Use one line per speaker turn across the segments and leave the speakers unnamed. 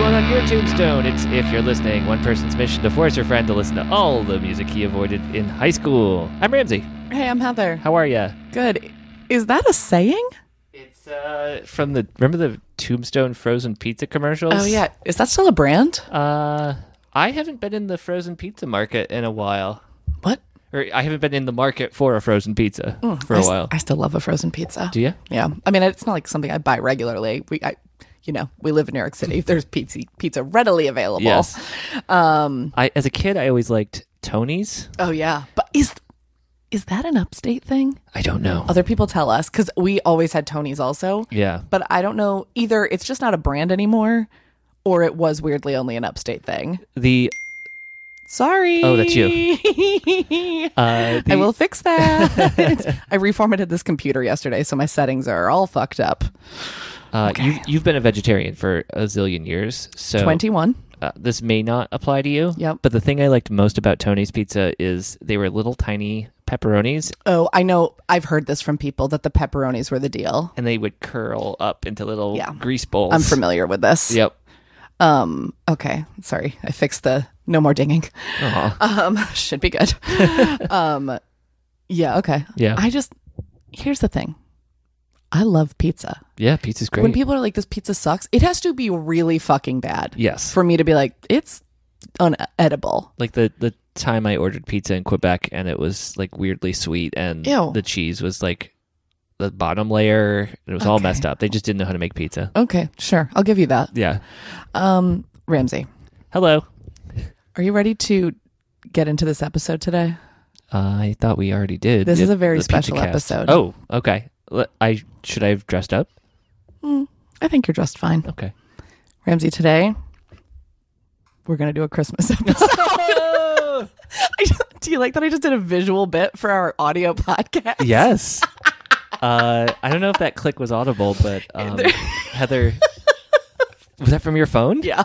one on your tombstone. It's if you're listening, one person's mission to force your friend to listen to all the music he avoided in high school. I'm Ramsey.
Hey, I'm Heather.
How are ya?
Good. Is that a saying?
It's uh from the remember the Tombstone frozen pizza commercials?
Oh yeah. Is that still a brand?
Uh I haven't been in the frozen pizza market in a while.
What?
Or I haven't been in the market for a frozen pizza for a
Oh, I s-
while.
I still love a frozen pizza.
Do you?
Yeah. I mean, it's not like something I buy regularly. We, I, you know, we live in New York City. There's pizza pizza readily available.
Yes. Um I as a kid I always liked Tony's.
Oh yeah. But is is that an upstate thing?
I don't know.
Other people tell us because we always had Tony's also.
Uh, yeah.
But I don't know either. It's just not a brand anymore, or it was weirdly only an upstate thing.
The
Sorry.
Oh, that's
you.
uh the,
I will fix that. I reformatted this computer yesterday, so my settings are all fucked up.
uh, you you've been a vegetarian for a zillion years.
Oh.
So
21.
uh, this may not apply to you.
Yep.
But the thing I liked most about Tony's pizza is they were little tiny pepperonis
Oh, I know. I've heard this from people that the pepperonis were the deal.
and they would curl up into little
Yeah.
grease balls.
I'm familiar with this.
Yep.
Um, okay. Sorry. I fixed the no more dinging.
Aw.
Um, should be good. um, yeah. Okay.
Yeah.
I just, here's the thing I love pizza.
yeah, pizza's great.
When people are like, this pizza sucks, it has to be really fucking bad
yes.
for me to be like, it's unedible.
like the the time I ordered pizza in Quebec and it was like weirdly sweet and
Ew.
the cheese was like the bottom layer and it was all
Okay.
messed up. They just didn't know how to make pizza.
Okay. Sure. I'll give you that.
Yeah.
Um, Ramsey,
Hello.
are you ready to get into this episode today?
Uh, I thought we already did.
This is a very
the
special
PizzaCast.
episode.
Oh, okay. L- I should I have dressed up?
I think you're just fine.
Okay.
Ramsey, today we're going to do a Christmas episode. I don't- do you like that I just did a visual bit for our audio podcast?
yes. Uh, I don't know if that click was audible, but um, Heather, was that from your phone?
Yeah.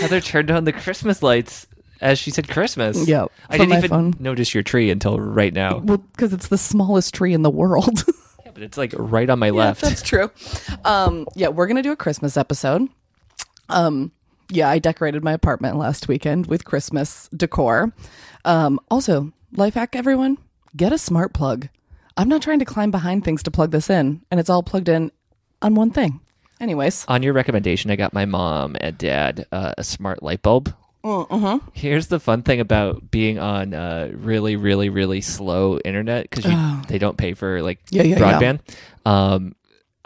Heather turned on the Christmas lights as she said Christmas.
Yeah,
I
from
didn't
my
even
phone.
notice your tree until right now.
Well, because it's the smallest tree in the world.
Yeah, but it's like right on my left.
That's true. Um, yeah, we're going to do a Christmas episode. Um, yeah, I decorated my apartment last weekend with Christmas decor. Um, also, life hack everyone get a smart plug. I'm not trying to climb behind things to plug this in, and it's all plugged in on one thing. Anyways,
on your recommendation, I got my mom and dad uh, a smart light bulb. Here's the fun thing about being on uh, really, really, really slow internet because
Oh,
they don't pay for like
Yeah, yeah, yeah.
broadband. Um,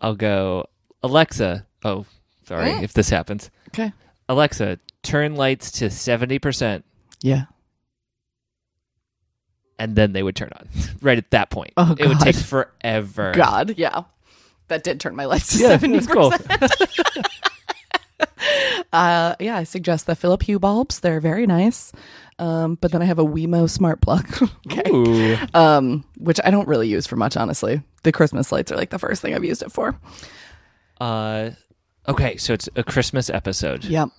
I'll go Alexa. Oh, sorry if this happens.
okay.
Alexa, turn lights to seventy percent,
Yeah.
and then they would turn on right at that point.
Oh,
it would
God.
take forever.
God, yeah. That did turn my lights to
Yeah,
70%.
that's cool.
Uh, yeah, I suggest the Philip Hue bulbs. They're very nice. Um, but then I have a Wemo smart plug. okay.
Ooh.
um, which I don't really use for much, honestly. The Christmas lights are like the first thing I've used it for.
Uh, okay, so it's a Christmas episode.
Yep.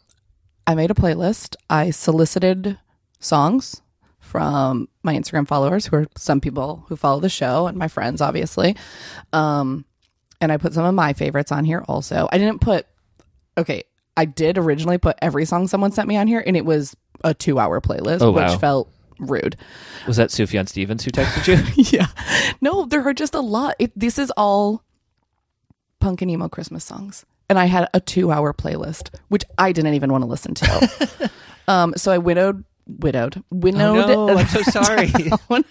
I made a playlist. I solicited songs from my Instagram followers, who are some people who follow the show and my friends, obviously. Um, and I put some of my favorites on here also. I didn't put, okay, I did originally put every song someone sent me on here, and it was a two hour playlist,
Oh, wow.
which felt rude.
Was that Sufjan Stevens who texted you?
yeah. No, there are just a lot. It, this is all punk and emo Christmas songs. And I had a two hour playlist, which I didn't even want to listen to. um, so I widowed, widowed, winnowed
I'm so sorry.
down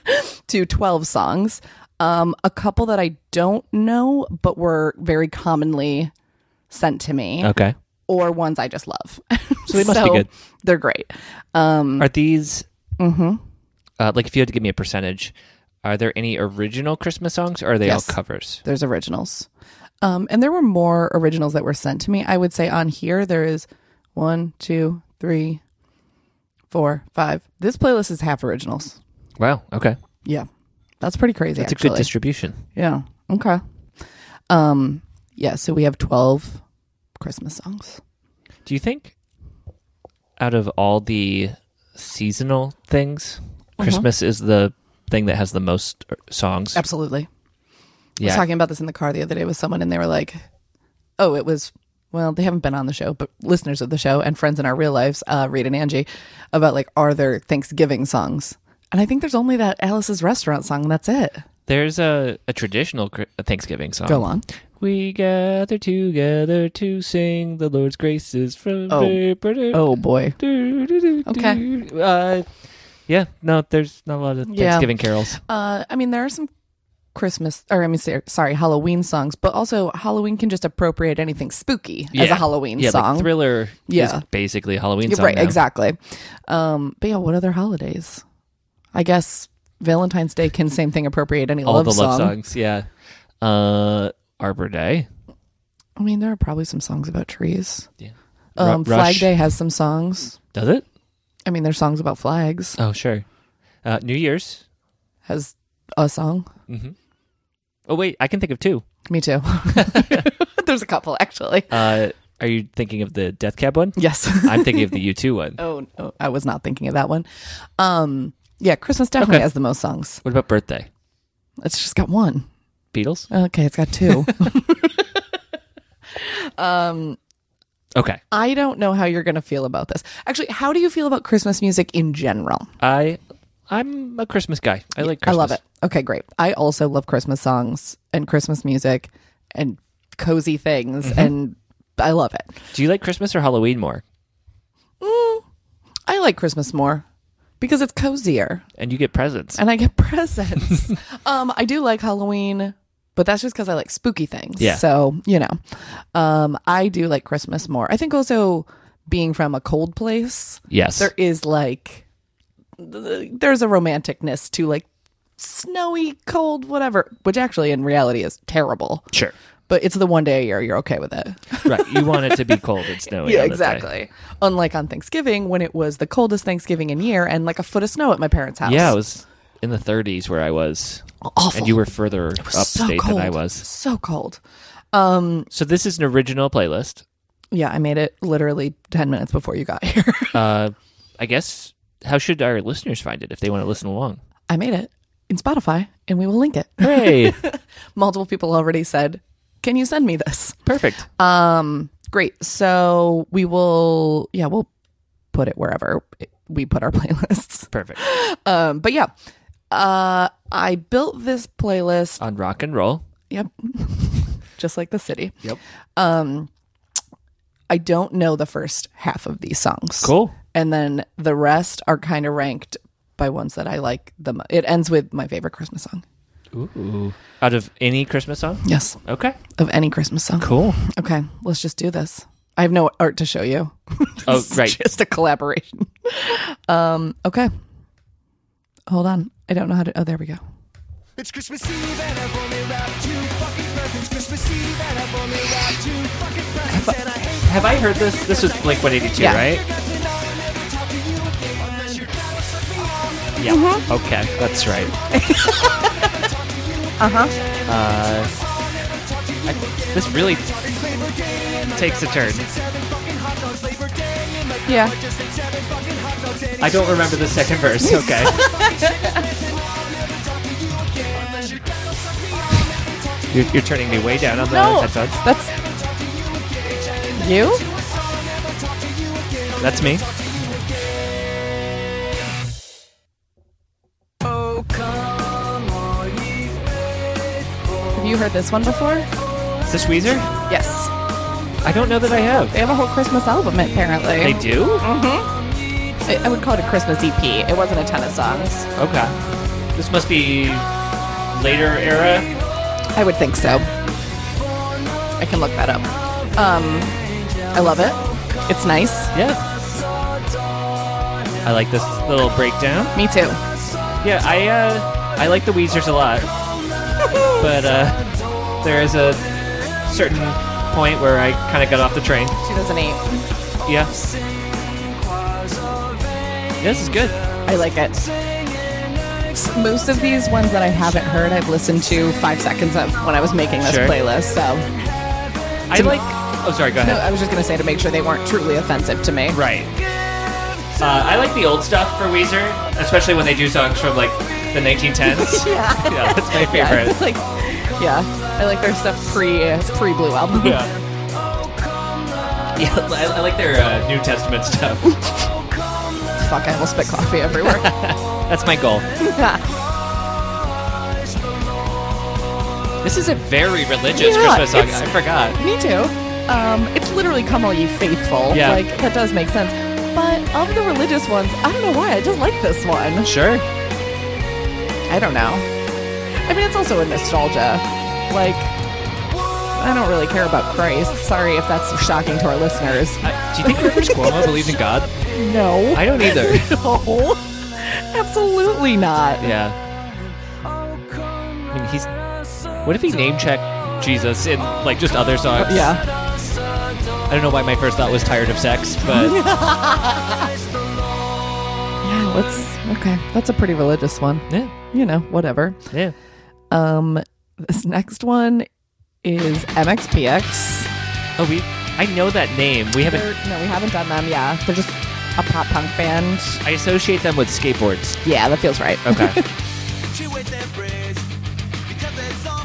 to 12 songs. Um, a couple that I don't know, but were very commonly sent to me,
okay.
or ones I just love.
So they must be good.
They're great. Um,
Are these,
Mm-hmm.
uh, like, if you had to give me a percentage, are there any original Christmas songs or are they
Yes.
all covers?
There's originals. Um, and there were more originals that were sent to me. I would say on here, there is one, two, three, four, five. This playlist is half originals.
Wow. Okay.
Yeah. That's pretty crazy.
That's a
actually.
good distribution.
yeah. Okay. Um, yeah. So we have 12 Christmas songs.
Do you think, out of all the seasonal things,
Mm-hmm.
Christmas is the thing that has the most er, songs?
Absolutely. I was
Yeah.
talking about this in the car the other day with someone, and they were like, oh, it was well, they haven't been on the show, but listeners of the show and friends in our real lives, uh, Reed and Angie, about like, are there Thanksgiving songs? And I think there's only that Alice's Restaurant song. And that's it.
There's a, a traditional Chri- Thanksgiving song.
Go on.
We gather together to sing the Lord's graces from.
Oh. Oh boy.
Okay. Uh, yeah, no, there's not a lot of
Yeah.
Thanksgiving carols.
Uh, I mean, there are some Christmas, or I mean, ser- sorry, Halloween songs, but also Halloween can just appropriate anything spooky as a
Yeah.
Halloween
yeah,
song.
Like thriller
Yeah.
is basically a Halloween
Yeah,
song.
right,
now.
exactly. Um, but yeah, what other holidays? I guess Valentine's Day can same thing appropriate any
All
love,
the love
song.
songs, yeah. Uh, Arbor Day.
I mean, there are probably some songs about trees.
Yeah. Ru-
Um, Flag
Rush.
Day has some songs.
Does it?
I mean, there's songs about flags.
Oh, sure. Uh, New Year's. Mm-hmm.
Has a song.
Oh, wait, I can think of two.
Me too. there's a couple actually.
Uh, are you thinking of the Death Cab one?
Yes.
I'm thinking of the U2 one.
oh, no, I was not thinking of that one. Um, yeah, Christmas definitely
Okay.
has the most songs.
What about birthday?
It's just got one.
Beatles?
Okay, it's got two.
Okay.
I don't know how you're going to feel about this. Actually, how do you feel about Christmas music in general?
I I'm a Christmas guy. I like
I
Christmas.
love it. Okay, great. I also love Christmas songs and Christmas music and cozy things,
Mm-hmm.
and I love it.
Do you like Christmas or Halloween more?
I like Christmas more because it's cozier
And you get presents.
and I get presents. um, I do like Halloween, but that's just because I like spooky things.
Yeah.
So you know, um, I do like Christmas more. I think also being from a cold place,
Yes.
there is like th- there's a romanticness to like snowy, cold, whatever, which actually in reality is terrible.
sure.
But it's the one day a year you're okay with it.
Right. You want it to be cold and snowy.
yeah,
on the day.
exactly. Unlike on Thanksgiving when it was the coldest Thanksgiving in year and like a foot of snow at my parents' house.
Yeah, it was in the 30s where I was.
awful.
And you were further
so
upstate
cold.
than I was.
So cold.
So this is an original playlist.
Yeah, I made it literally 10 minutes before you got here.
Uh, I guess how should our listeners find it if they want to listen along?
I made it in Spotify and we will link it.
Hey,
Multiple people already said, Can you send me this?
perfect.
Um, great. So we will, yeah, we'll put it wherever we put our playlists.
Perfect.
Um, but yeah, uh, I built this playlist.
On rock and roll.
Yep. Just like the city.
Yep.
I don't know the first half of these songs.
Cool.
and then the rest are kind of ranked by ones that I like the mo- It ends with my favorite Christmas song.
Ooh. Out of any Christmas song?
Yes,
Okay.
of any Christmas song.
Cool.
Okay, let's just do this. I have no art to show you.
Oh,
It's
right.
just a collaboration. um, okay. Hold on. I don't know how to. Oh, there we go.
It's Christmas Eve and I've only wrapped two fucking presents. Christmas Eve and I've only wrapped two fucking presents. And I hate
Have I heard this? This was Blink 182,
Yeah.
right?
that and I'll never talk to you again. Unless you're down with something, I'll never
Yeah. Okay, that's right.
talk to you again.
Uh, This really
It's Labor Day and my
takes a turn.
seven fucking hot dogs. Labor Day and my
Yeah.
grandma just ate seven fucking hot dogs. And
I don't remember the second verse. Okay. You're, you're turning me way down on the headphones.
that's you.
That's me.
Have you heard this one before?
Is this Weezer?
Yes.
I don't know that I have.
They have a whole Christmas album, apparently.
They do?
I, I would call it a Christmas EP. It wasn't a ton of songs.
Okay. This must be later era.
I would think so. I can look that up. Um, I love it. It's nice.
Yeah. I like this little breakdown.
Me too.
Yeah, I uh, I like the Weezers a lot, but uh, there is a certain point where I kind of got off the train.
2008.
Yeah. This is good.
I like it. S- Most of these ones that I haven't heard, I've listened to five seconds of when I was making this
Sure.
playlist. So
I like. Oh, sorry. Go
no,
ahead.
I was just going to say to make sure they weren't truly offensive to me.
Right. Uh, I like the old stuff for Weezer, especially when they do songs from like the 1910s.
Yeah.
yeah, that's my
Yeah,
favorite.
like, yeah, I like their stuff pre pre Blue album.
Yeah. Yeah, I, I like their uh, New Testament stuff.
Fuck, I almost spit coffee everywhere.
That's my goal. This is a very religious
Yeah,
Christmas song.
it's-
I forgot.
Me too. Um, it's literally "Come All Ye Faithful."
Yeah.
like that does make sense. But of the religious ones, I don't know why I just like this one.
Sure.
I don't know. I mean, it's also a nostalgia. Like, I don't really care about Christ. Sorry if that's shocking to our listeners.
I, uh, do you think Rivers Cuomo believes in God?
No.
I don't either.
no. Absolutely not.
Yeah. I mean, he's. What if he name checked Jesus in like just other songs?
Yeah.
I don't know why my first thought was tired of sex, but
Yeah. Let's. Okay. That's a pretty religious one.
yeah,
You know, whatever.
yeah.
Um, this next one is MXPX.
Oh, we. I know that name. We haven't.
They're- no, we haven't done them. Yeah, they're just a pop punk band.
I associate them with skateboards.
Yeah, that feels right.
Okay.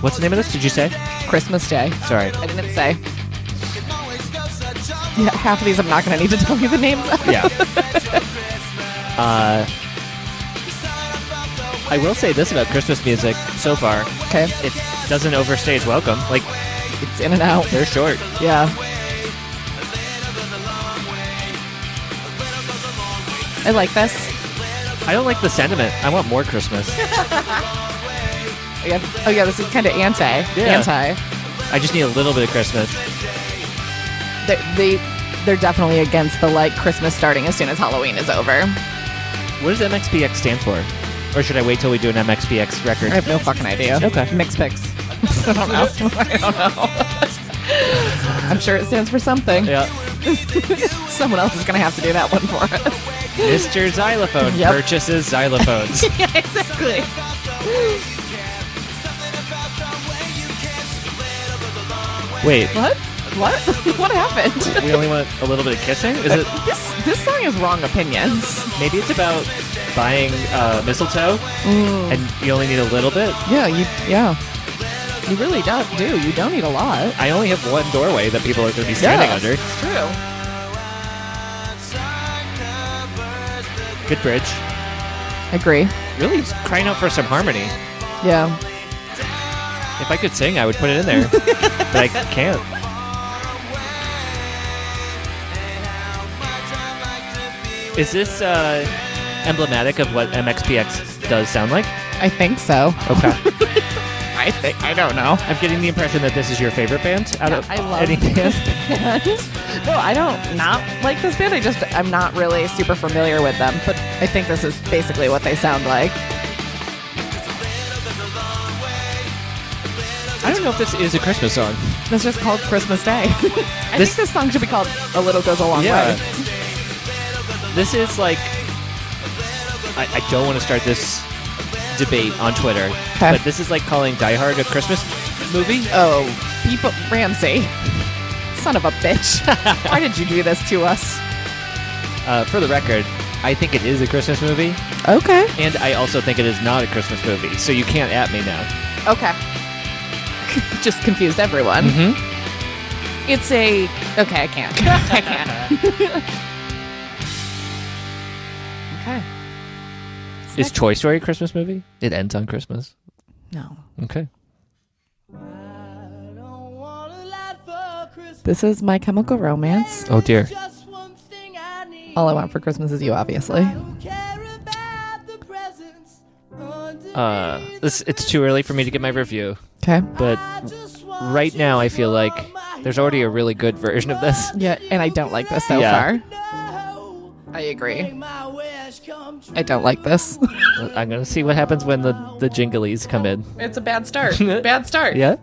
What's the name of this? Did you say?
Christmas Day.
Sorry.
I didn't say. Yeah, half of these I'm not going to need to tell you the names. Of.
Yeah. uh, I will say this about Christmas music so far:
Okay,
it doesn't overstay its welcome. Like
it's in and out.
they're short.
Yeah. I like this.
I don't like the sentiment. I want more Christmas.
Yeah. Oh yeah, this is kind of anti.
Yeah.
Anti.
I just need a little bit of Christmas.
They're, they they're definitely against the like Christmas starting as soon as Halloween is over.
What does MXPX stand for? Or should I wait till we do an MXPX record?
I have no fucking idea.
Okay.
Mix picks. I don't know. I don't know. I'm sure it stands for something.
yeah.
Someone else is going to have to do that one for us.
Mr. Xylophone
Yep.
purchases xylophones.
yeah, exactly.
wait,
What? What? what happened?
we only want a little bit of kissing? Is it?
This this song is wrong opinions.
Maybe it's about buying uh, mistletoe,
Mm.
and you only need a little bit.
Yeah, you yeah. You really don't do. You don't need a lot.
I only have one doorway that people are going to be standing under.
It's true.
Good bridge.
Agree.
Really crying out for some harmony.
Yeah.
If I could sing, I would put it in there, but I can't. Is this uh, emblematic of what MXPX does sound like?
I think so.
Okay,
I think I don't know.
I'm getting the impression that this is your favorite band out of
I love
any
this band. no, I don't not like this band. I just I'm not really super familiar with them, but I think this is basically what they sound like.
I don't know if this is a Christmas song.
It's just called Christmas Day. I
This-
think this song should be called "A Little Goes a Long Way."
This is like. I, I don't want to start this debate on Twitter,
'Kay.
but this is like calling Die Hard a Christmas movie.
Oh, people, Ramsey, son of a bitch! Why did you do this to us?
Uh, for the record, I think it is a Christmas movie,
Okay,
and I also think it is not a Christmas movie, so you can't at me now.
okay. just confused everyone.
Mm-hmm.
It's a okay. I can't. I can't. okay.
Is Toy Story a Christmas movie? It ends on Christmas.
No.
Okay.
This is My Chemical Romance.
Oh dear.
All I want for Christmas is you, obviously.
Uh, this it's too early for me to get my review,
Okay.
but Mm, right now I feel like there's already a really good version of this.
Yeah, and I don't like this so
Yeah.
far. I agree. I don't like this.
I'm gonna see what happens when the the jingleys come in.
it's a bad start. bad start.
Yeah.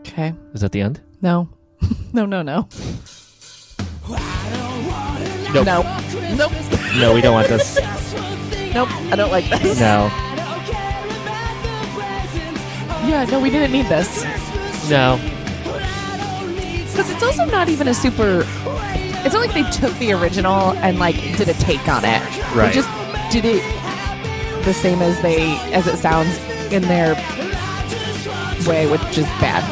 Okay.
Is that the end?
No. no, no, no.
Nope.
No. Nope.
No, we don't want this.
Nope. I don't like this.
No.
Oh,
Yeah, no, we didn't need this.
No.
Because it's also not even a super. It's not like they took the original and like did a take on it.
Right.
They just did it the same as they as it sounds in their way, which is bad.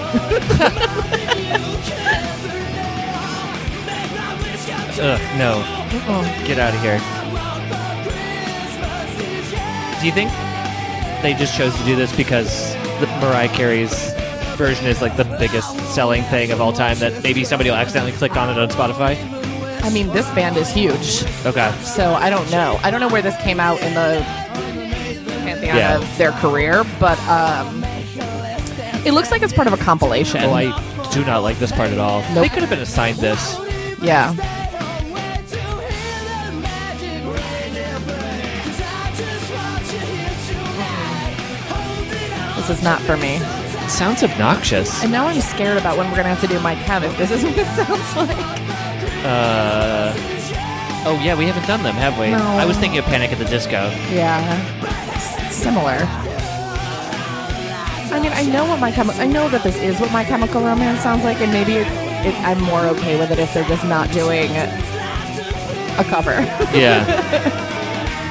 Ugh, no. Get out of here. Do you think they just chose to do this because the Mariah Carey's version is like the biggest selling thing of all time that maybe somebody will accidentally click on it on Spotify?
I mean, this band is huge,
Okay.
so I don't know. I don't know where this came out in the pantheon
Yeah.
of their career, but um, it looks like it's part of a compilation.
Oh, I do not like this part at all.
Nope.
They could have been assigned this.
yeah. This is not for me.
Sounds obnoxious.
And now I'm scared about when we're gonna have to do my cam if this is what it sounds like.
Uh, oh yeah, we haven't done them, have we?
No.
I was thinking of Panic at the Disco.
Yeah, it's similar. I mean, I know what my chemi- I know that this is what my Chemical Romance sounds like, and maybe it, it, I'm more okay with it if they're just not doing a cover.
Yeah.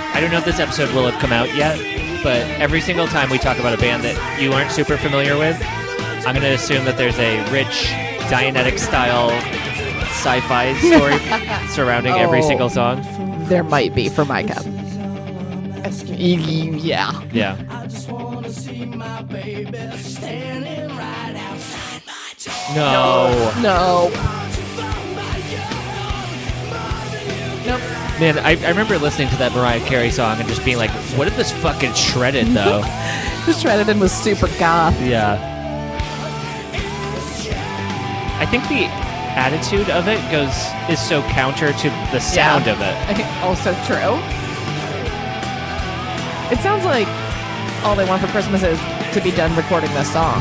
I don't know if this episode will have come out yet, but every single time we talk about a band that you aren't super familiar with, I'm going to assume that there's a rich Dianetic style sci-fi story surrounding every
Oh.
single song.
there might be for my chem. Yeah.
Yeah. No.
No. Nope.
Man, I, I remember listening to that Mariah Carey song and just being like, what if this fucking shredded though?
Shredded and was super goth.
yeah. I think the attitude of it goes is so counter to the sound of it.
I think also true. It sounds like all they want for Christmas is to be done recording this song.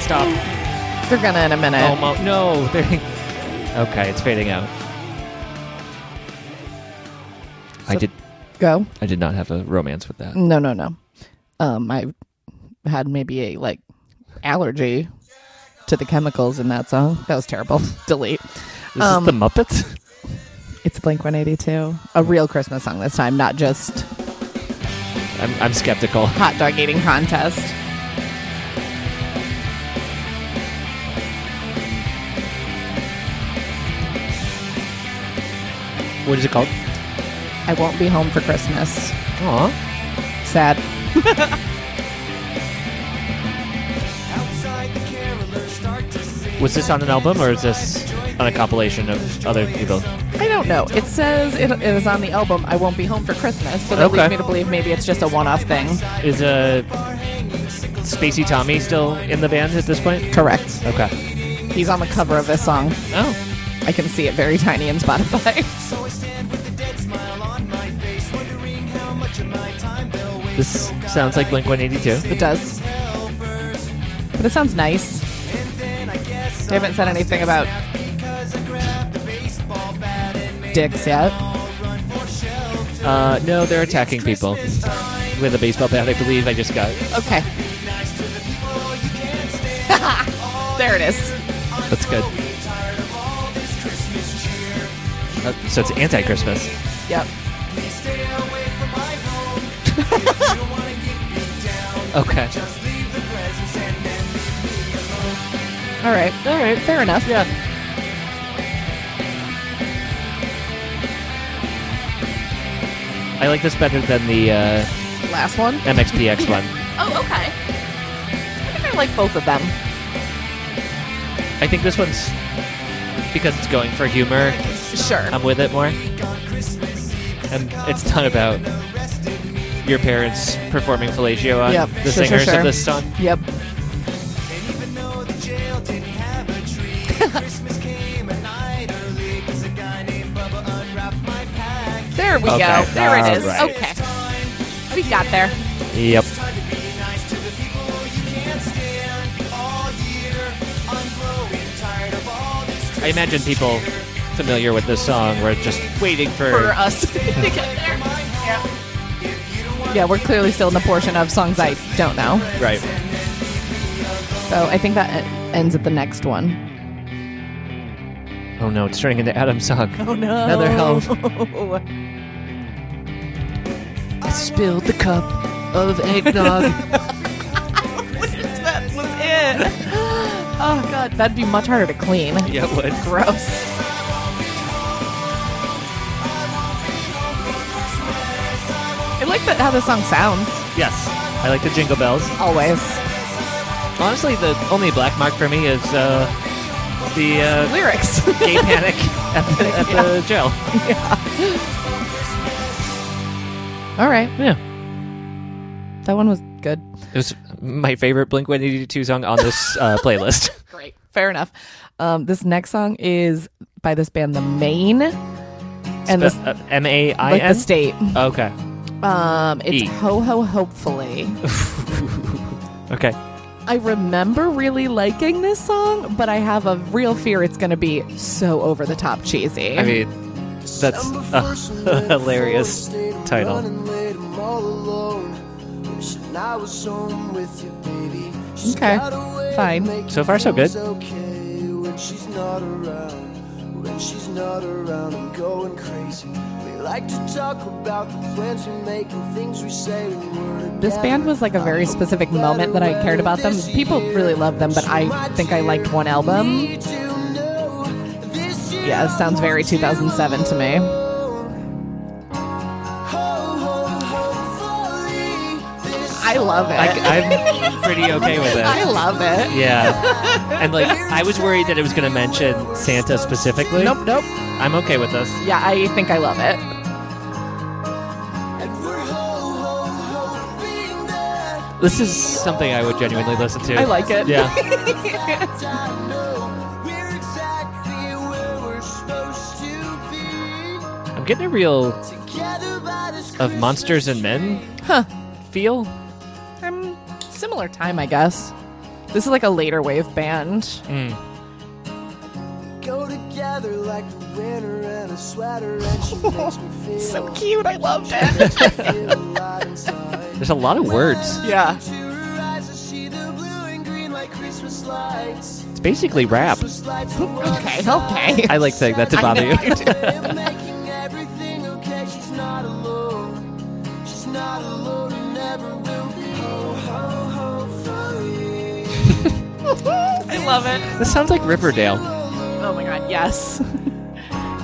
Stop.
They're gonna in a minute.
Almost. Oh, No. there- okay, it's fading out. I did.
Go.
I did not have a romance with that.
No, no, no. Um, I had maybe a like allergy to the chemicals in that song. That was terrible. Delete.
This
Um,
is the Muppets.
It's Blink 182. A real Christmas song this time, not just
I'm, I'm skeptical.
hot dog eating contest.
What is it called?
I won't be home for Christmas.
Aw.
Sad.
Was this on an album or is this on a compilation of other people?
I don't know. It says it it is on the album. I won't be home for Christmas, so that
Okay.
leads me to believe maybe it's just a one-off thing.
Is uh, Spacey Tommy still in the band at this point?
Correct.
Okay.
He's on the cover of this song.
Oh.
I can see it very tiny in Spotify.
This sounds like Blink 182.
It does. But it sounds nice. They haven't said anything about dicks yet.
Uh, no, they're attacking people with a baseball bat, I believe. I just got.
Okay. there it is.
That's good. Uh, so it's anti Christmas.
Yep.
Okay.
All right. All right. Fair enough. Yeah.
I like this better than the uh,
Last one.
MXPX one.
Oh, okay. I think I like both of them.
I think this one's because it's going for humor.
Sure.
I'm with it more. And it's not about your parents performing fellatio on
Yep.
the
Sure, sure,
singers
sure.
of this song.
yep. There we
Okay,
go. There it is.
alright.
Okay. We got there.
Yep. I imagine people familiar with this song were just waiting for.
for us to get there. Yeah. yeah, we're clearly still in the portion of songs I don't know.
right.
So I think that e- ends at the next one.
Oh no, it's turning into Adam's song.
Oh no!
Another help.
I spilled the cup of eggnog. that was it. Oh god, that'd be much harder to clean.
Yeah, it would.
Gross. I like that how the song sounds.
Yes, I like the jingle bells.
Always.
Honestly, the only black mark for me is uh, the uh,
Lyrics.
gay panic at the, at the jail.
All right.
Yeah,
That one was good.
it was my favorite Blink 182 song on this uh, playlist.
Great. Fair enough. Um, this next song is by this band, The Maine, and this,
uh, M A I
like the
N.
state.
Okay.
Um, it's
E.
Ho Ho Hopefully.
Okay.
I remember really liking this song, but I have a real fear it's going to be so over the top cheesy.
I mean, that's a hilarious title.
Okay, fine.
So far, so good.
When she's not around, when she's not around, I'm going crazy. We like to talk about the plans we make and things we say when we're
this band was like a very specific moment that I cared about them. People really love them, but I think I liked one album. Yeah, it sounds very 2007 to me. I love it.
I, I'm pretty okay with it.
I love it.
Yeah. And like I was worried that it was going to mention Santa specifically.
Nope, nope.
I'm okay with this.
Yeah, I think I love it.
This is something I would genuinely listen to.
I like it.
Yeah. I'm getting a real of monsters and men
Huh.
feel.
Um, similar time, I guess. This is like a later wave band.
Mm.
go together like the winter and a sweater and she makes me feel
So cute. I loved it.
feel alive inside.
There's a lot of words.
yeah.
To her eyes I see the blue and green like Christmas lights.
It's basically rap.
Christmas lights and
Okay. Okay.
I like saying that to bother you.
We're making everything okay. She's not alone. She's not alone and never will be. Ho, ho, ho, fully.
I love it.
this sounds like Riverdale.
Oh my god. Yes.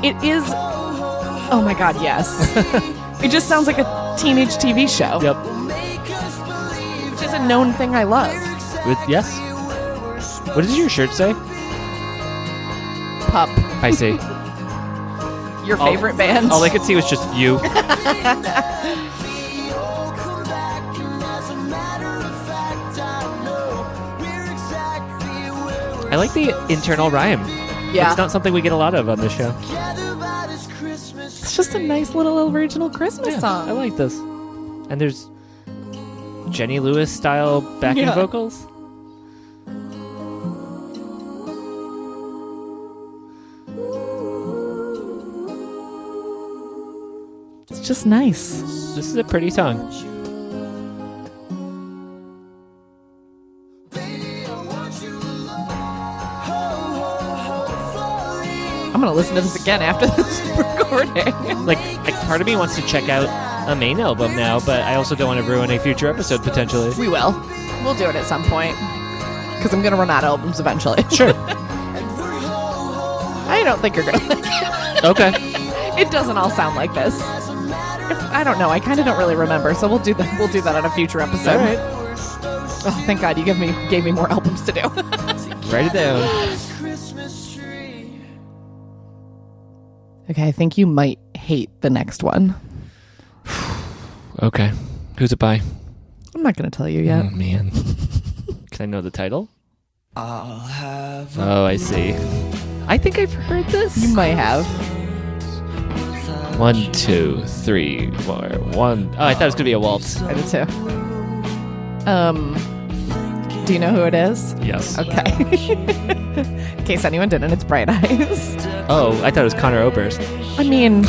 It is. Oh my god. Yes. it just sounds like a teenage TV show,
Yep.
Make us believe
which is a known thing I love.
With yes. What does your shirt say?
Pup,
I see.
your
All-
favorite band.
All I could see was just you.
we all come back. And as a matter of fact, I know we're exactly where we're
I like the internal rhyme.
yeah.
It's not something we get a lot of on this show.
together by this Christmas
It's just a nice little original Christmas
Yeah,
song.
I like this. And there's Jenny Lewis style backing
Yeah.
vocals.
It's just nice.
This is a pretty song.
I'm gonna listen to this again after this recording.
Like, like part of me wants to check out a main album now, but I also don't want to ruin a future episode potentially.
We will. We'll do it at some point. Because I'm gonna run out of albums eventually.
Sure.
I don't think you're gonna. like it.
Okay.
it doesn't all sound like this. If- I don't know. I kind of don't really remember. So we'll do that. We'll do that on a future episode.
All right.
Oh, thank God you gave me gave me more albums to do.
Write it down.
Christmas tree.
okay, I think you might hate the next one.
Okay. Who's it by?
I'm not gonna tell you yet.
Oh man. Can I know the title?
I'll have
Oh, I see. I think I've heard this.
You might have.
One, two, three, four, one. Oh, I thought it was gonna be a waltz.
I did too. Um, Do you know who it is?
Yes.
Okay. In case anyone didn't, it's Bright Eyes.
Oh, I thought it was Connor Oberst.
I mean,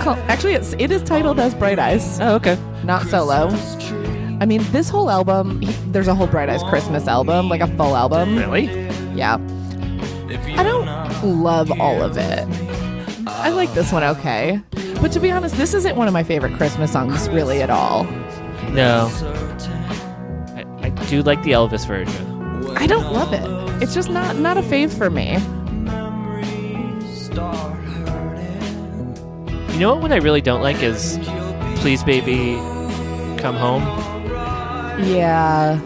call- actually, it's, it is titled as Bright Eyes,
Oh, okay.
not solo. I mean, this whole album, he- there's a whole Bright Eyes Christmas album, like a full album.
Really?
Yeah. I don't love all of it. I like this one okay. But to be honest, this isn't one of my favorite Christmas songs really at all.
No. I, I do like the Elvis version.
I don't love it. It's just not not a fave for me.
You know what one I really don't like is Please Baby Come Home.
Yeah.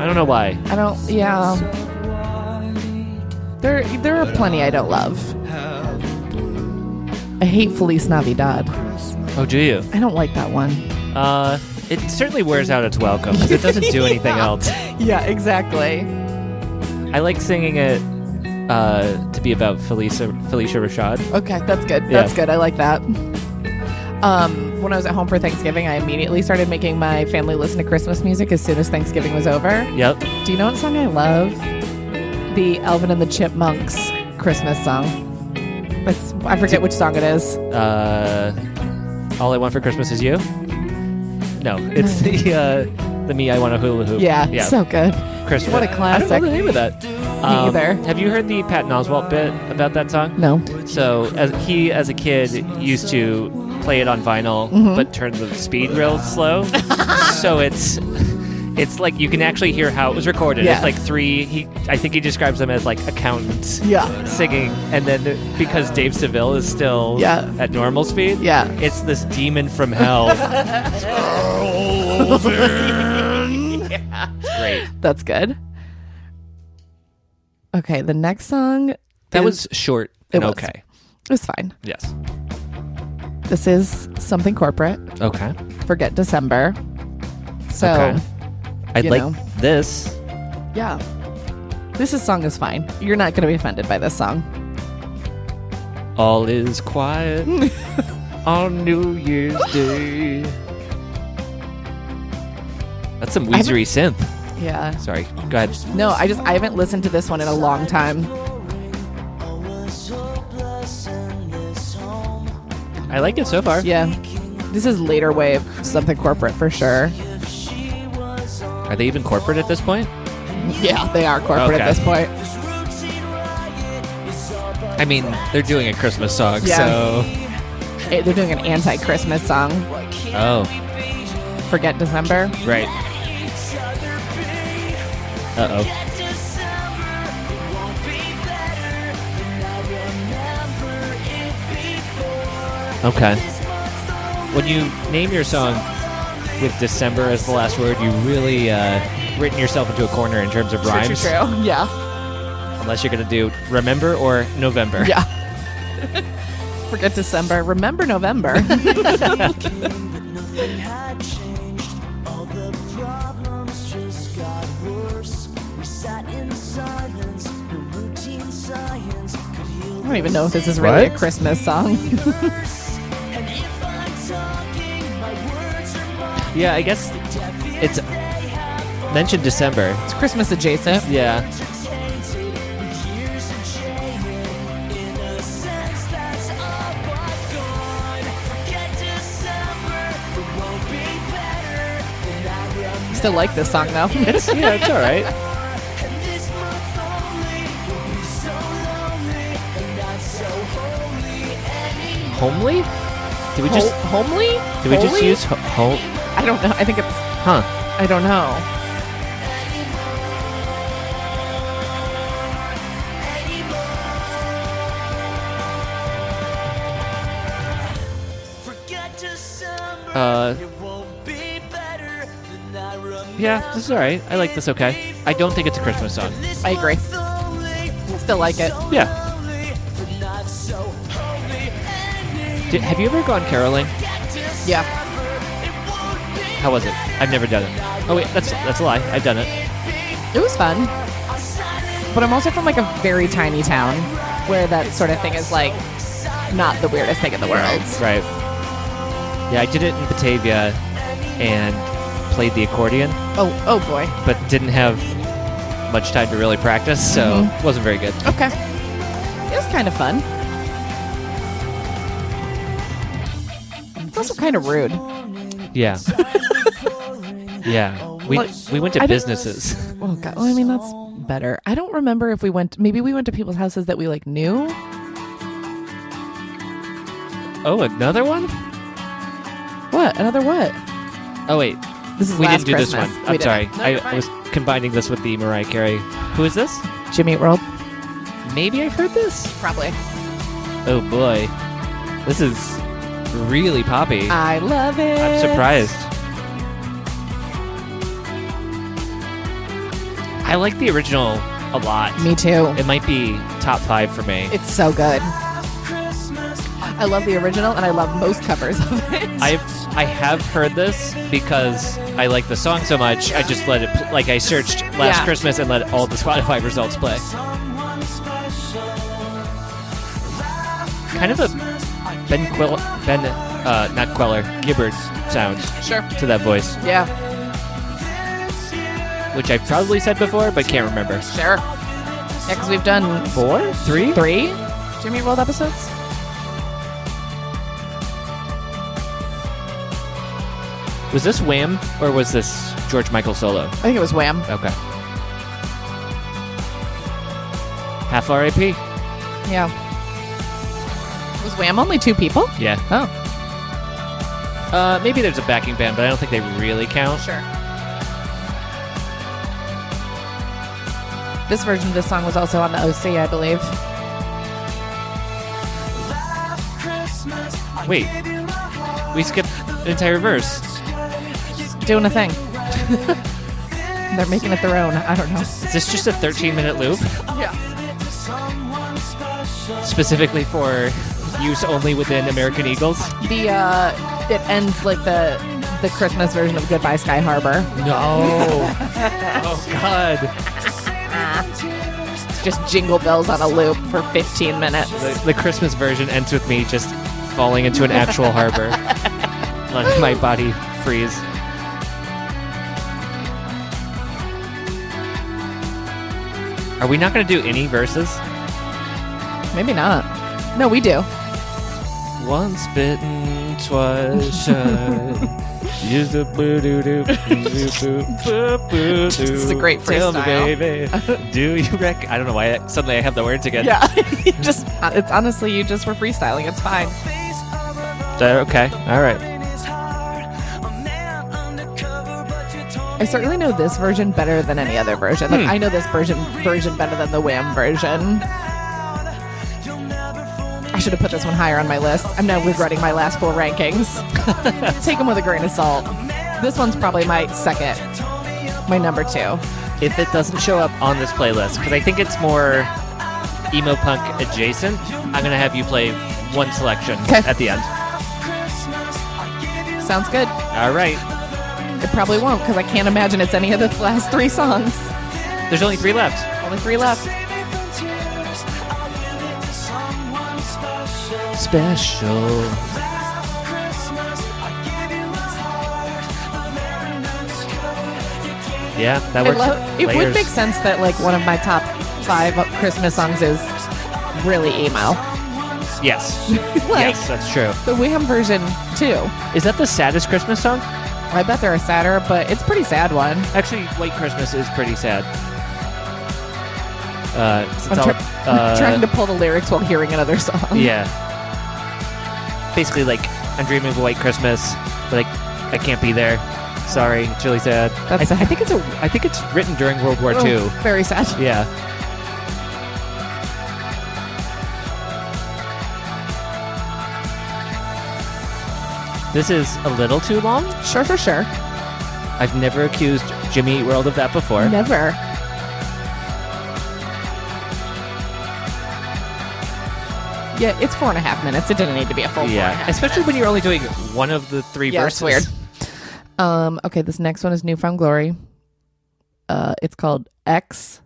I don't know why.
I don't yeah. There there are plenty I don't love. I hate Feliz Navidad.
Oh, do you?
I don't like that one.
Uh, it certainly wears out its welcome 'cause it doesn't do anything
Yeah.
else.
Yeah, exactly.
I like singing it uh, to be about Felicia, Felicia Rashad.
Okay, that's good.
Yeah.
That's good. I like that. Um, when I was at home for Thanksgiving, I immediately started making my family listen to Christmas music as soon as Thanksgiving was over.
Yep.
Do you know what song I love? The Elvin and the Chipmunks Christmas song. It's, I forget which song it is.
Uh, All I Want for Christmas Is You? No, it's the uh, the Me I Want a Hula Hoop.
Yeah,
yeah.
so good.
Christmas.
what a
I
classic.
don't know the name of that. Um,
either.
Have you heard the Patton Oswalt bit about that song?
No.
So as he, as a kid, used to play it on vinyl,
Mm-hmm.
but turn the speed real slow. so it's it's like you can actually hear how it was recorded.
Yeah.
It's like three. He, I think he describes them as like accountants
Yeah.
singing, and then the- because Dave Seville is still
Yeah.
at normal speed,
Yeah.
it's this demon from hell. It's Great.
That's good. Okay, the next song.
That
is-
was short
It
and
was.
okay.
It was fine.
Yes.
This is something corporate.
Okay.
Forget December. So.
Okay. I
You
like
know.
this.
Yeah. This is song is fine. You're not going to be offended by this song.
All is quiet on New Year's Day. That's some
haven't-
Weezery synth.
Yeah.
Sorry. Go ahead.
No, I just I haven't listened to this one in a long time.
I like it so far.
Yeah. This is later wave something corporate for sure.
Are they even corporate at this point?
Yeah, they are corporate
Okay.
at this point.
I mean, they're doing a Christmas song,
Yeah.
so.
Eh, They're doing an anti-Christmas song.
Oh,
Forget December.
right. Uh oh. Okay. When you name your song with December as the last word, you really uh, written yourself into a corner in terms of
True, true,
rhymes.
true. Yeah.
Unless you're going to do Remember or November.
Yeah. Forget December. Remember November. I don't even know if this is really a
What?
Christmas song.
Yeah, I guess it's mentioned December.
It's Christmas adjacent.
Yeah.
Still like this song though.
It's, yeah, it's all right. Homely? Did we
Ho-
just
homely?
did we just
Holy?
use ho- ho-
I don't know. I think it's.
huh?
I don't know.
Uh, yeah, this is all right. I like this. Okay, I don't think it's a Christmas song.
I agree. Still like it.
Yeah. Did, have you ever gone caroling?
Yeah.
How was it? I've never done it. Oh wait, that's that's a lie. I've done it.
It was fun. But I'm also from like a very tiny town where that sort of thing is like not the weirdest thing in the world.
Right. Yeah, I did it in Batavia, and played the accordion,
Oh, oh boy.
but didn't have much time to really practice, so
Mm-hmm.
it wasn't very good.
Okay. It was kind of fun. It's also kind of rude.
Yeah. yeah. We,
Like,
we went to
I didn't-
businesses.
Well, God, well, I mean that's better. I don't remember if we went. Maybe we went to people's houses that we like knew.
Oh, another one?
What? Another what?
Oh, wait.
This is
we
last
didn't do this
Christmas.
one.
We
I'm
didn't.
sorry.
No,
I,
you're
I
fine.
was combining this with the Mariah Carey. Who is this?
Jimmy Eat World.
Maybe I've heard this.
Probably.
Oh, boy. This is really poppy.
I love it.
I'm surprised. I like the original a lot.
Me too.
It might be top five for me.
It's so good. I love the original, and I love most covers of it.
I've I have heard this because I like the song so much. I just let it pl- like I searched last
Yeah.
Christmas and let all the Spotify results play. Kind of a Ben Quill Ben uh, not Queller Gibbard sound
sure.
to that voice,
Yeah.
which I've probably said before but can't remember.
Sure. Yeah, because we've done
Four, three,
three Jimmy Eat World episodes.
Was this Wham or was this George Michael solo?
I think it was Wham.
Okay. Half R.I.P.
Yeah. Was Wham only two people?
Yeah.
Oh,
Uh, maybe there's a backing band, but I don't think they really count.
sure. This version of this song was also on the OC, I believe.
Wait, we skipped an entire verse.
Doing a thing. They're making it their own. I don't know.
Is this just a 13 minute loop
Yeah.
specifically for use only within American Eagles?
The uh, it ends like the the Christmas version of Goodbye Sky Harbor.
No. oh God.
It's just jingle bells on a loop for 15 minutes.
The, the Christmas version ends with me just falling into an actual harbor, letting my body freeze. Are we not going to do any verses?
Maybe not. No, we do.
Once bitten, twice shy. Use the boo doo doo This
is a great freestyle.
baby, do you rec? I don't know why I, suddenly I have the words again.
Yeah. you just uh, it's honestly you just were freestyling. It's fine.
Uh, okay. All right.
I certainly know this version better than any other version. Like
Hmm.
I know this version version better than the Wham version. I should have put this one higher on my list. I'm now regretting my last four rankings. Take them with a grain of salt. This one's probably my second, my number two.
If it doesn't show up on this playlist, because I think it's more emo punk adjacent, I'm gonna have you play one selection
'Kay.
at the end.
Sounds good.
All right.
It probably won't because I can't imagine it's any of the last three songs.
There's only three left.
Only three left.
Special. Yeah, that
I
works.
love- it would
Layers.
make sense that like one of my top five Christmas songs is really emo.
Yes.
Like-
yes, that's true.
The Wham version too.
Is that the saddest Christmas song?
I bet they're a sadder, but it's a pretty sad one.
Actually, White Christmas is pretty sad. Uh, 'cause it's
I'm
all,
try-
uh,
trying to pull the lyrics while hearing another song.
Yeah. Basically, like I'm dreaming of a white Christmas, but I, I can't be there. Sorry, it's really sad.
That's
I, I
sad.
think it's a. I think it's written during World War
Oh,
II.
Very sad.
Yeah. This is a little too long.
Sure, sure, sure.
I've never accused Jimmy Eat World of that before.
Never. Yeah, it's four and a half minutes. It didn't need to be a full four and a
Yeah.
half
Especially when you're only doing one of the three
Yeah,
verses.
it's weird. Um, okay, this next one is Newfound Glory. Uh, it's called X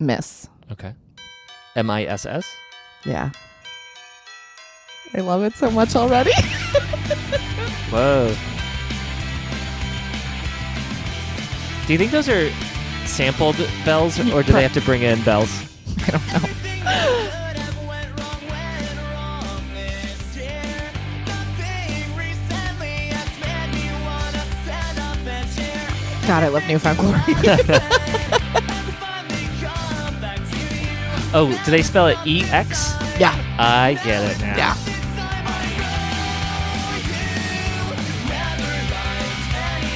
Miss.
Okay. M I S S.
Yeah. I love it so much already.
Whoa. Do you think those are sampled bells, or do they have to bring in bells?
I don't know. God, I love Newfound Glory.
Oh, do they spell it E X?
yeah,
I get it now.
yeah.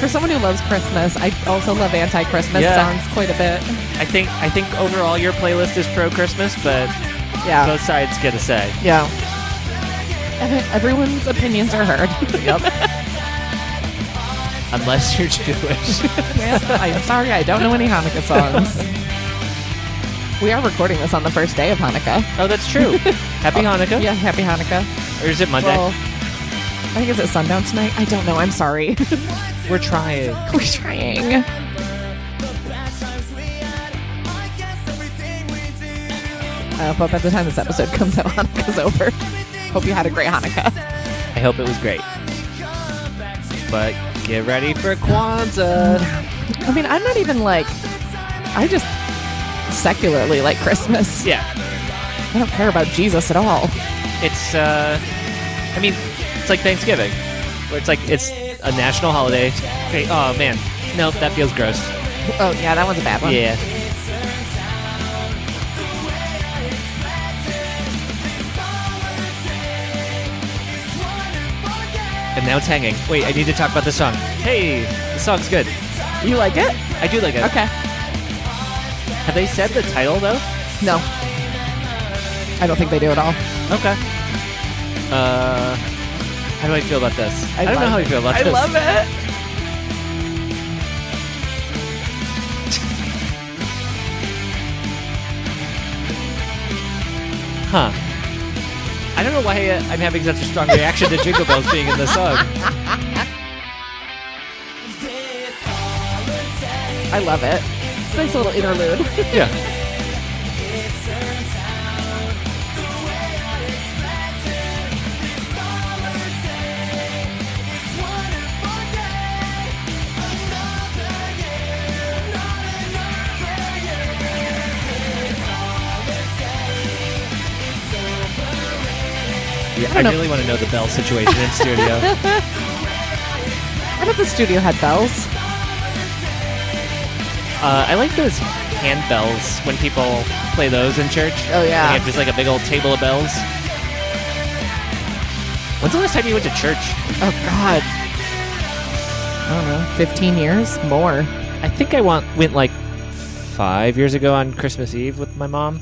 For someone who loves Christmas, I also love anti-Christmas
Yeah.
songs quite a bit.
I think I think overall your playlist is pro Christmas, but
Yeah,
both sides get a say.
yeah. Everyone's opinions are heard.
Yep. Unless you're Jewish.
I'm sorry, I don't know any Hanukkah songs. we are recording this on the first day of Hanukkah.
oh, that's true. Happy Hanukkah.
Yeah, happy Hanukkah.
Or is it Monday?
Well, I think it's at sundown tonight. I don't know. I'm sorry.
We're trying.
We're trying. I hope by the time this episode comes out, Hanukkah's over. Hope you had a great Hanukkah.
I hope it was great. But get ready for Kwanzaa.
I mean, I'm not even like, I just secularly like Christmas.
Yeah,
I don't care about Jesus at all.
it's. uh I mean, it's like Thanksgiving, where it's like it's a national holiday. Hey, oh man, nope, that feels gross.
Oh, yeah, that one's a bad one.
Yeah. And now it's hanging. Wait, I need to talk about this song. Hey, the song's good.
You like it?
I do like it.
Okay.
Have they said the title though?
No. I don't think they do at all.
Okay. Uh, how do I feel about this? I, don't know
love-
how I feel about
I
this.
love it.
Huh. I don't know why uh, I'm having such a strong reaction to Jingle Bells being in the song.
I love it. Nice little interlude.
Yeah. Yeah, I
know.
really want to know the bell situation in studio.
What if the studio had bells?
Uh, I like those handbells when people play those in church.
Oh, yeah.
And you have just like a big old table of bells. When's the last time you went to church?
Oh God. I don't know. Fifteen years more.
I think I want, went like five years ago on Christmas Eve with my mom.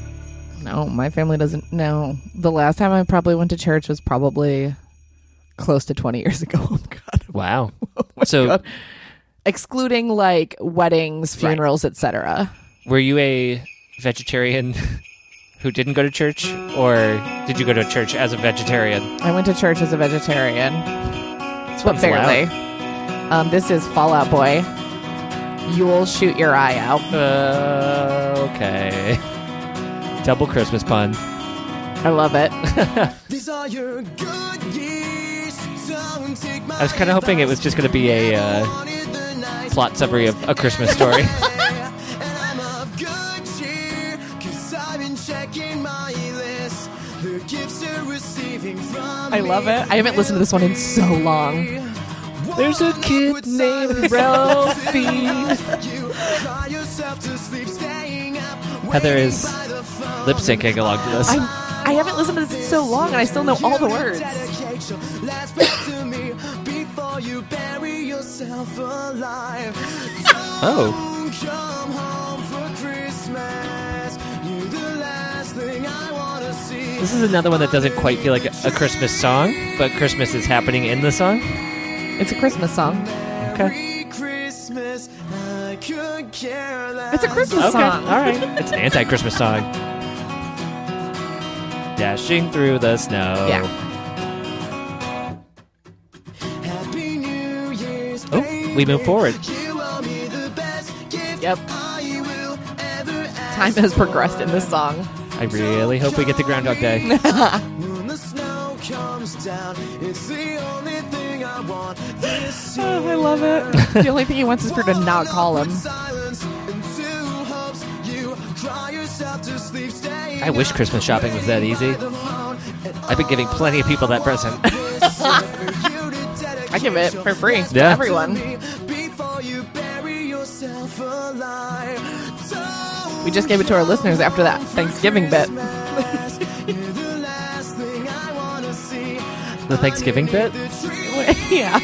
No, my family doesn't. No, the last time I probably went to church was probably close to twenty years ago. Oh God.
Wow.
Oh my
So-
God. excluding like weddings,
Right.
funerals, etc.
Were you a vegetarian who didn't go to church, or did you go to church as a vegetarian?
I went to church as a vegetarian, but
one's loud.
barely. Um, this is Fallout Boy. You'll shoot your eye out.
Uh, okay. Double Christmas pun.
I love it.
These are your good years. Don't take my
I was kind of hoping it was just going to be a uh,
wanted the nice
plot summary of A Christmas Story.
and I'm of good cheer. Cause I've been checking my list. The gifts you're receiving from
I love it. I haven't listened to this one in so long.
There's a kid named Ralphie.
you cry yourself to sleep, staying up.
Heather is lip syncing along to this.
I, I haven't listened to this in so long and I still know all the words.
Dedicate your last breath to me before you bury yourself alive.
Oh,
Don't come home for Christmas. You're the last thing I want to see.
this is another one that doesn't quite feel like a Christmas song, but Christmas is happening in the song.
It's a Christmas song.
Okay.
Merry Christmas. I could care less.
It's a Christmas
Okay.
song.
All right. It's an anti-Christmas song. Dashing through the snow.
Yeah.
Happy New Year's.
Oh, we move
baby.
forward.
You owe me the best gift
Yep.
I will ever
time has progressed in this song.
I really hope we get to Groundhog Day.
When the snow comes down, it's the only thing I want. This
Oh, I love it. the only thing he wants is for her to not call him.
Silence and two hopes. You cry yourself to sleep. Stay
I wish Christmas shopping was that easy. I've been giving plenty of people that present.
I give it for free to
Yeah.
everyone.
before you bury yourself alive.
We just gave it to our listeners after that Thanksgiving bit.
You're the last thing I want to see.
The Thanksgiving bit?
yeah,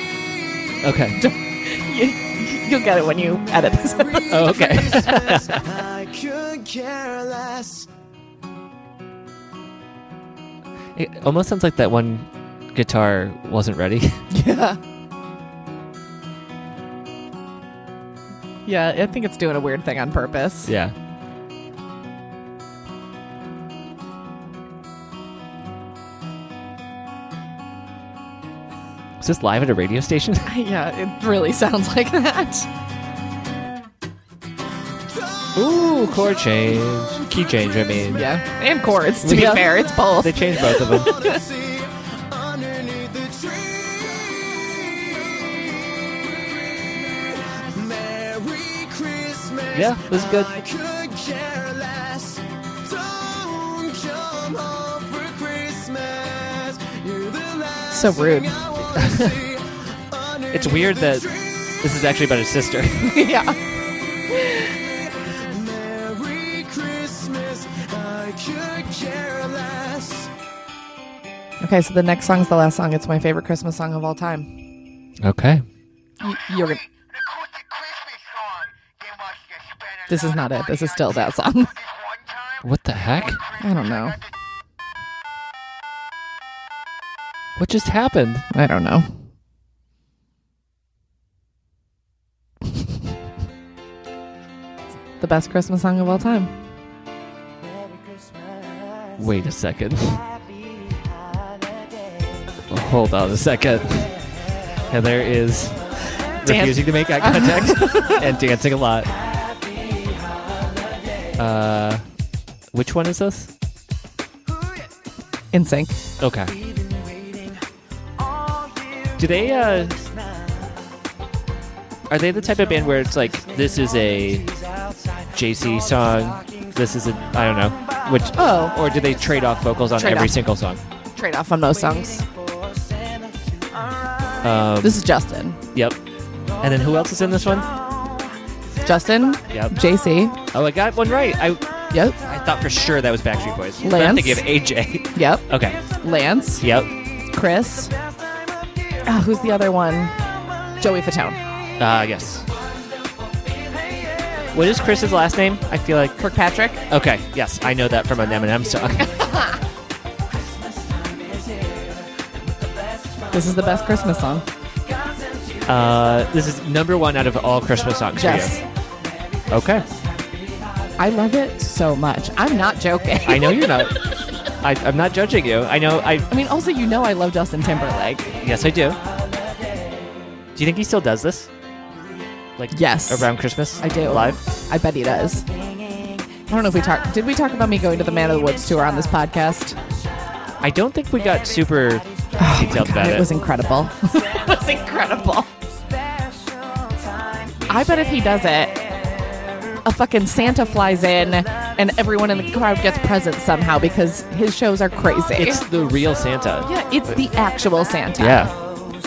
Okay.
you, you'll get it when you edit this. episode.
Oh, okay.
I could care less.
It almost sounds like that one guitar wasn't ready.
yeah. Yeah, I think it's doing a weird thing on purpose.
Yeah. Is this live at a radio station?
Yeah, it really sounds like that.
Ooh, chord change. Key change, I mean.
Yeah, and chords. To
Yeah.
be fair, it's both.
They changed both of them.
wanna see underneath the tree. Merry Christmas.
Yeah, it was good.
I could care less. Don't come home for Christmas. You're the last
So rude.
thing I wanna see underneath
It's weird
the
that
tree.
this is actually about his sister.
yeah,
Merry Christmas. I could care less.
Okay, so the next song's the last song. It's my favorite Christmas song of all time.
Okay.
Y- You're gonna. This is not it. This is still that song.
What the heck?
I don't know.
What just happened?
I don't know. the best Christmas song of all time.
Wait a second. Hold on a second. Heather is
Dan-
refusing to make eye contact and dancing a lot. Uh, which one is this?
In sync.
Okay. Do they, uh, are they the type of band where it's like, this is a JC song, this is a, I don't know, which,
Oh.
or do they trade off vocals on
Trade
every
off.
single song?
Trade off on most songs.
Um,
This is Justin.
yep. And then who else is in this one?
Justin.
Yep.
JC.
Oh, I got one right. I,
Yep.
I thought for sure that was Backstreet Boys. So I have to
Lance?
give AJ.
Yep.
okay.
Lance.
Yep.
Chris. Ah, who's the other one? Joey Fatone.
Uh, yes. What is Chris's last name? I feel like.
Kirkpatrick.
Okay. Yes, I know that from an Eminem song.
This is the best Christmas song.
Uh, this is number one out of all Christmas songs
Yes.
for you. Okay.
I love it so much. I'm not joking.
I know you're not. I, I'm not judging you. I know. I
I mean, also, you know, I love Justin Timberlake.
yes, I do. Do you think he still does this? Like
Yes.
around Christmas.
I do.
live.
I bet he does. I don't know if we talked. Did we talk about me going to the Man of the Woods tour on this podcast?
I don't think we got super detailed about
it
Oh it.
was incredible. it was incredible. I bet if he does it, a fucking Santa flies in and everyone in the crowd gets presents somehow because his shows are crazy.
It's the real Santa.
yeah, it's the actual Santa.
Yeah.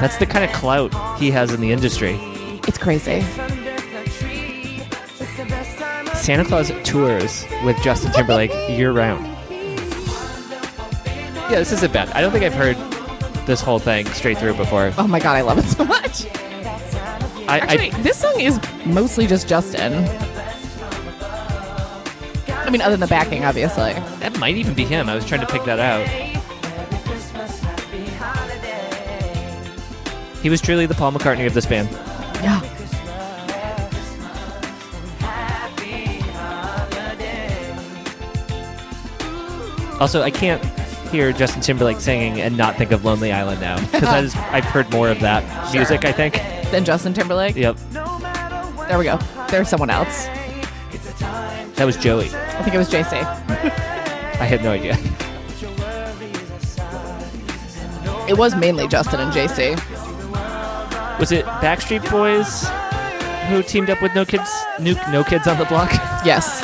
That's the kind of clout he has in the industry.
It's crazy.
Santa Claus tours with Justin Timberlake year round. Yeah, this isn't bad. I don't think I've heard this whole thing straight through before.
Oh my god, I love it so much.
I,
Actually,
I,
this song is mostly just Justin. I mean, other than the backing, obviously.
that might even be him. I was trying to pick that out. He was truly the Paul McCartney of this band.
Yeah.
Also, I can't hear Justin Timberlake singing and not think of Lonely Island now because I've heard more of that music. I think.
Then Justin Timberlake.
Yep.
There we go. There's someone else.
That was Joey.
I think it was JC.
I had no idea.
It was mainly Justin and JC.
Was it Backstreet Boys who teamed up with No Kids, Nuke No Kids on the Block?
Yes.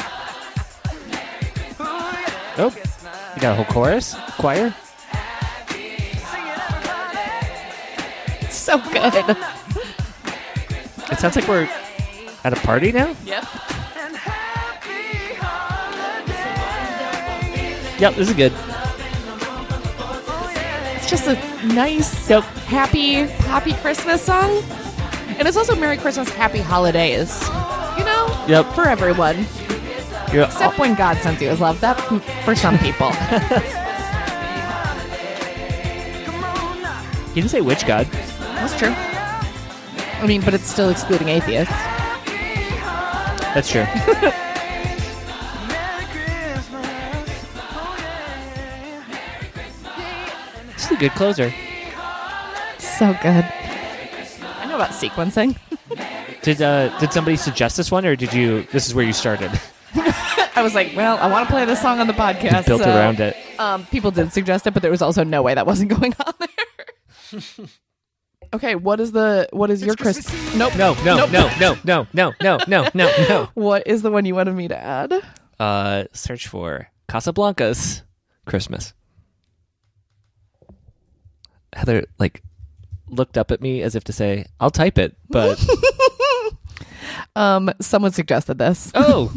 Oh, you got a whole chorus, choir.
So good.
It sounds like we're at a party now.
Yep.
Yep, this is good.
It's just a nice,
Yep.
happy, happy Christmas song. And it's also Merry Christmas, Happy Holidays. You know?
Yep.
For everyone.
You're
Except when God sends you his love. That's m- for some people.
you didn't say which god.
That's true. I mean, but it's still excluding atheists.
That's true. this is a good closer.
So good. I know about sequencing.
Did uh, did somebody suggest this one, or did you? This is where you started.
I was like, well, I want to play this song on the podcast.
Built
so,
around it.
Um, people did suggest it, but there was also no way that wasn't going on there. okay, what is the what is your Christmas? Nope.
No, no, no, no, no, no, no, no, no,
What is the one you wanted me to add?
no. Uh, search for Casablanca's Christmas. Heather like looked up at me as if to say, "I'll type it," but
Um, someone suggested this,
oh,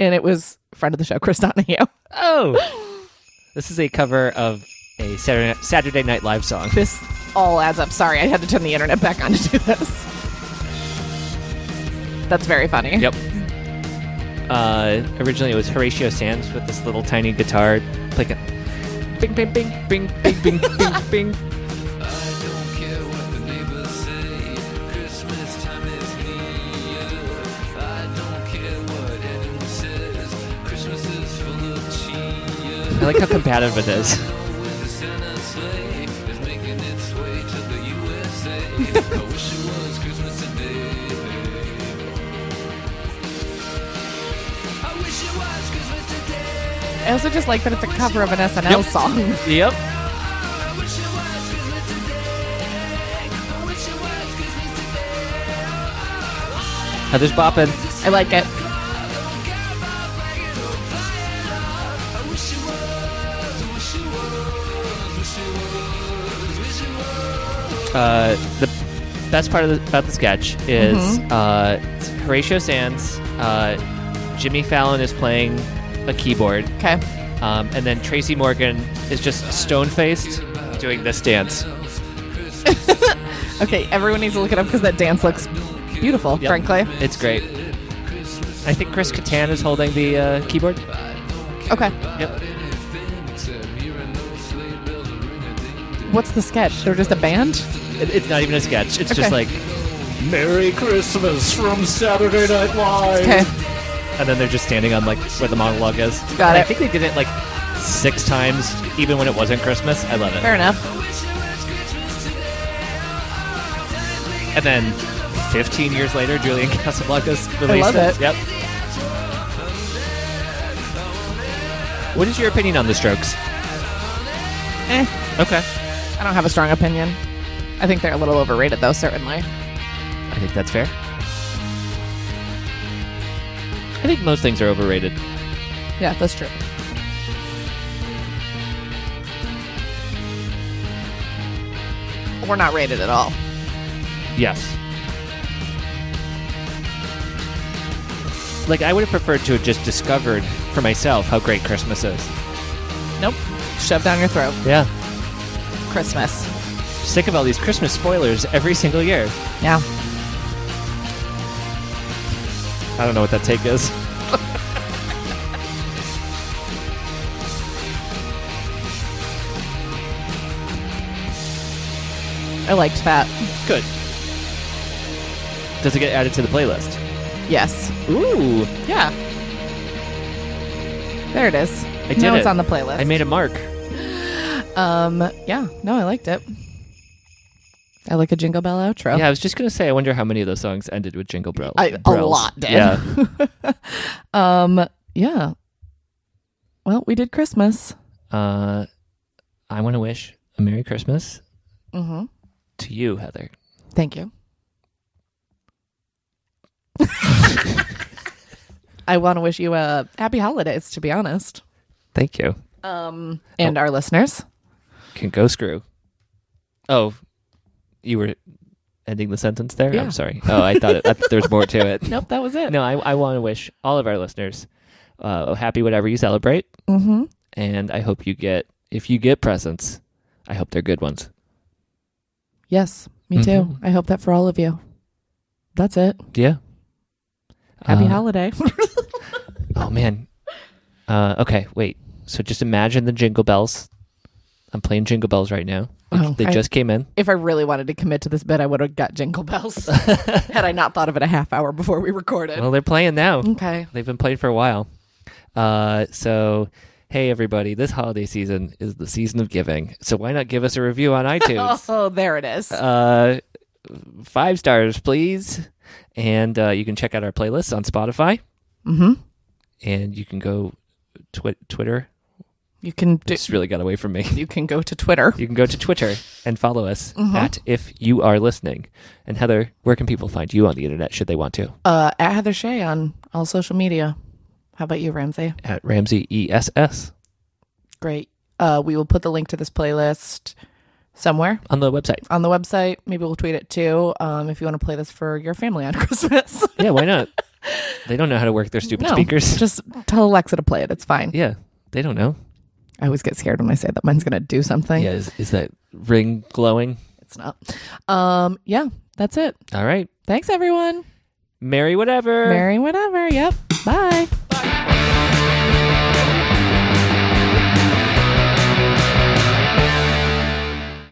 and it was friend of the show Chris Donahue.
oh, this is a cover of a Saturday, Saturday Night Live song.
This all adds up. Sorry, I had to turn the internet back on to do this. That's very funny.
Yep. Uh, originally, it was Horatio Sands with this little tiny guitar, like a bing, bing, bing, bing, bing, bing, bing, bing. I like how combative it is.
I also just like that it's a cover of an SNL
Yep.
song.
Yep. Heather's bopping.
I like it.
Uh, the best part of the, about the sketch is
Mm-hmm.
uh, it's Horatio Sands. Uh, Jimmy Fallon is playing a keyboard,
Okay.
um, and then Tracy Morgan is just stone faced doing this dance.
Okay, everyone needs to look it up because that dance looks beautiful,
Yep.
frankly.
It's great. I think Chris Kattan is holding the uh, keyboard.
Okay.
Yep.
What's the sketch? They're just a band?
It, it's not even a sketch. It's
Okay.
just like,
Merry Christmas from Saturday Night Live.
Okay.
and then they're just standing on like where the monologue is.
Got
And I
it.
think they did it like six times, even when it wasn't Christmas. I love it.
Fair enough.
And then 15 years later, Julian Casablancas released
love it.
Yep. What is your opinion on the Strokes?
Eh,
Okay.
I don't have a strong opinion. I think they're a little overrated, though, certainly.
I think that's fair. I think most things are overrated.
Yeah, that's true. We're not rated at all.
Yes. Like I would have preferred to have just discovered for myself how great Christmas is.
Nope. Shove down your throat.
Yeah.
Christmas.
Sick of all these Christmas spoilers every single year.
Yeah.
I don't know what that take is.
I liked that.
Good. Does it get added to the playlist?
Yes.
Ooh,
Yeah. There it is.
I did
now it's
it.
on the playlist.
I made a mark.
Um. Yeah. No, I liked it. I like a jingle bell outro.
Yeah, I was just gonna say. I wonder how many of those songs ended with Jingle Bell.
I- a
Bells.
lot did.
Yeah,
Yeah. Well, we did Christmas.
Uh, I want to wish a Merry Christmas
Mm-hmm.
to you, Heather.
Thank you. I want to wish you a happy holidays, to be honest.
Thank you.
Um, and our listeners.
Can go screw. Oh, you were ending the sentence there.
Yeah.
I'm sorry. Oh, I thought, it, I thought there was more to it.
Nope, that was it.
No, I, I want to wish all of our listeners uh, a happy whatever you celebrate,
Mm-hmm.
and I hope you get if you get presents, I hope they're good ones.
Yes, me too.
Mm-hmm.
I hope that for all of you. That's it.
Yeah.
Happy
Uh,
holiday.
Oh man. Uh, okay, wait. So just imagine the jingle bells. I'm playing jingle bells right now.
Oh,
they
I-
just came in.
if I really wanted to commit to this bit, I would have got jingle bells had I not thought of it a half hour before we recorded.
Well, they're playing now.
okay.
They've been played for a while. Uh, so, hey everybody, this holiday season is the season of giving. So why not give us a review on iTunes?
Oh, there it is.
uh, five stars, please. And uh, you can check out our playlists on Spotify,
hmm
and you can go twi- Twitter.
You can do,
It's really got away from me.
you can go to Twitter.
You can go to Twitter and follow us
Mm-hmm.
at if you are listening. And Heather, where can people find you on the internet should they want to?
Uh, at Heather Shea on all social media. How about you, Ramsey?
At Ramsey E ESS
Great. Uh, we will put the link to this playlist somewhere
on the website.
on the website. Maybe we'll tweet it too. Um, if you want to play this for your family on Christmas.
Yeah, why not? they don't know how to work their stupid
no,
speakers.
just tell Alexa to play it. It's fine.
yeah, they don't know.
I always get scared when I say that mine's going to do something.
Yeah, is, is that ring glowing?
It's not. Um, yeah, that's it.
All right.
Thanks, everyone.
Merry whatever.
Merry whatever. Yep. Bye.